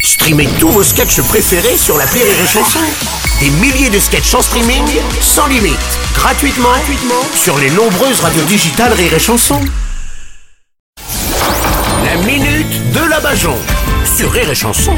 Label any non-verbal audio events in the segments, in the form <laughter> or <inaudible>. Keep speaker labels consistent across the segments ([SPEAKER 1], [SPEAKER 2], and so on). [SPEAKER 1] Streamez tous vos sketchs préférés sur la Rire et Chanson. Des milliers de sketchs en streaming, sans limite, gratuitement, gratuitement sur les nombreuses radios digitales Rire et Chanson. La minute de la Bajon sur Rire et Chanson.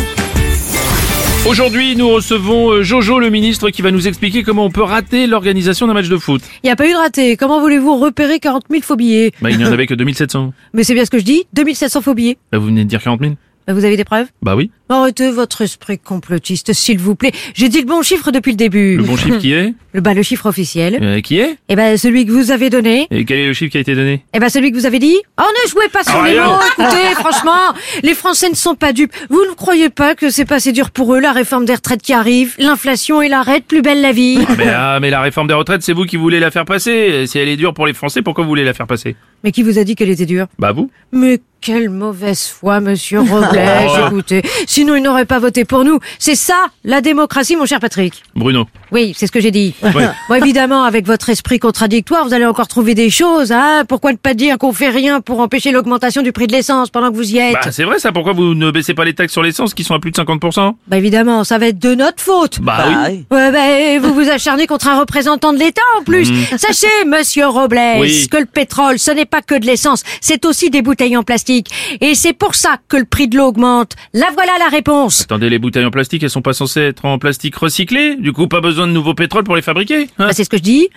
[SPEAKER 2] Aujourd'hui, nous recevons euh, Jojo, le ministre, qui va nous expliquer comment on peut rater l'organisation d'un match de <laughs> foot.
[SPEAKER 3] Il n'y a pas eu de raté. Comment voulez-vous repérer 40 000 faux billets
[SPEAKER 2] Bah, il n'y en avait que 2700.
[SPEAKER 3] Mais c'est bien ce que je dis, 2700 faux billets.
[SPEAKER 2] Bah, vous venez de dire 40 000
[SPEAKER 3] Bah, Vous avez des preuves
[SPEAKER 2] Bah oui.
[SPEAKER 3] Arrêtez votre esprit complotiste, s'il vous plaît. J'ai dit le bon chiffre depuis le début.
[SPEAKER 2] Le bon chiffre qui est
[SPEAKER 3] Le- bah, le chiffre officiel.
[SPEAKER 2] <laughs> Euh, Qui est
[SPEAKER 3] Eh ben, celui que vous avez donné.
[SPEAKER 2] Et quel est le chiffre qui a été donné
[SPEAKER 3] Eh ben, celui que vous avez dit. Oh, ne jouez pas sur
[SPEAKER 2] Ah,
[SPEAKER 3] les
[SPEAKER 2] rien.
[SPEAKER 3] mots,
[SPEAKER 2] <laughs>
[SPEAKER 3] écoutez, franchement. Les Français ne sont pas dupes. Vous ne croyez pas que c'est pas assez dur pour eux, la réforme des retraites qui arrive, l'inflation et l'arrêt de plus belle la vie.
[SPEAKER 2] <laughs> mais, ah, mais la réforme des retraites, c'est vous qui voulez la faire passer. Si elle est dure pour les Français, pourquoi vous voulez la faire passer
[SPEAKER 3] Mais qui vous a dit qu'elle était dure?
[SPEAKER 2] Bah vous.
[SPEAKER 3] Mais quelle mauvaise foi, monsieur Robles,
[SPEAKER 2] Oh.
[SPEAKER 3] écoutez. Sinon, il n'aurait pas voté pour nous. C'est ça, la démocratie, mon cher Patrick.
[SPEAKER 2] Bruno.
[SPEAKER 3] Oui, c'est ce que j'ai dit.
[SPEAKER 2] Ouais.
[SPEAKER 3] <laughs> Bon, évidemment, avec votre esprit contradictoire, vous allez encore trouver des choses, hein. Pourquoi ne pas dire qu'on fait rien pour empêcher l'augmentation du prix de l'essence pendant que vous y êtes?
[SPEAKER 2] Bah c'est vrai ça, pourquoi vous ne baissez pas les taxes sur l'essence qui sont à plus de 50%
[SPEAKER 3] Bah, évidemment, ça va être de notre faute.
[SPEAKER 2] Bah oui.
[SPEAKER 3] Ouais, bah, vous vous acharnez contre un représentant de l'État en plus. Sachez, monsieur Robles,
[SPEAKER 2] Mm. Oui.
[SPEAKER 3] que le pétrole, ce n'est pas que de l'essence, c'est aussi des bouteilles en plastique. Et c'est pour ça que le prix de l'eau augmente. Là voilà la réponse.
[SPEAKER 2] Attendez, les bouteilles en plastique, elles sont pas censées être en plastique recyclé Du coup, pas besoin de nouveau pétrole pour les fabriquer hein
[SPEAKER 3] Bah, c'est ce que je
[SPEAKER 2] <laughs>
[SPEAKER 3] dis.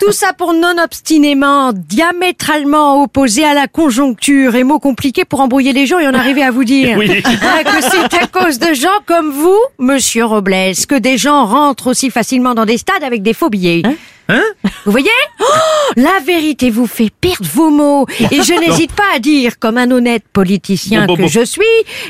[SPEAKER 3] Tout ça pour non obstinément, diamétralement opposé à la conjoncture et mots compliqués pour embrouiller les gens et en arriver à vous dire
[SPEAKER 2] Oui.
[SPEAKER 3] <laughs> Ah, que c'est à cause de gens comme vous, monsieur Robles, que des gens rentrent aussi facilement dans des stades avec des faux billets.
[SPEAKER 2] Hein
[SPEAKER 3] Vous voyez Oh, La vérité vous fait perdre vos mots.
[SPEAKER 2] <laughs>
[SPEAKER 3] Et je n'hésite pas à dire, comme un honnête politicien
[SPEAKER 2] Bon, bon,
[SPEAKER 3] que
[SPEAKER 2] bon.
[SPEAKER 3] je suis,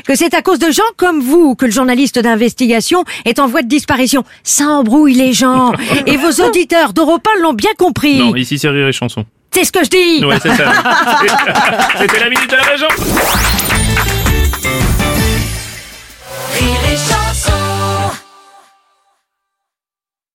[SPEAKER 3] que c'est à cause de gens comme vous que le journaliste d'investigation est en voie de disparition. Ça embrouille les gens. Et vos
[SPEAKER 2] <laughs>
[SPEAKER 3] auditeurs d'Europe 1 l'ont bien compris.
[SPEAKER 2] Non, ici c'est rire et chanson.
[SPEAKER 3] C'est ce que je dis. Ah.
[SPEAKER 2] Ouais, c'est ça. C'était la minute de la Bajon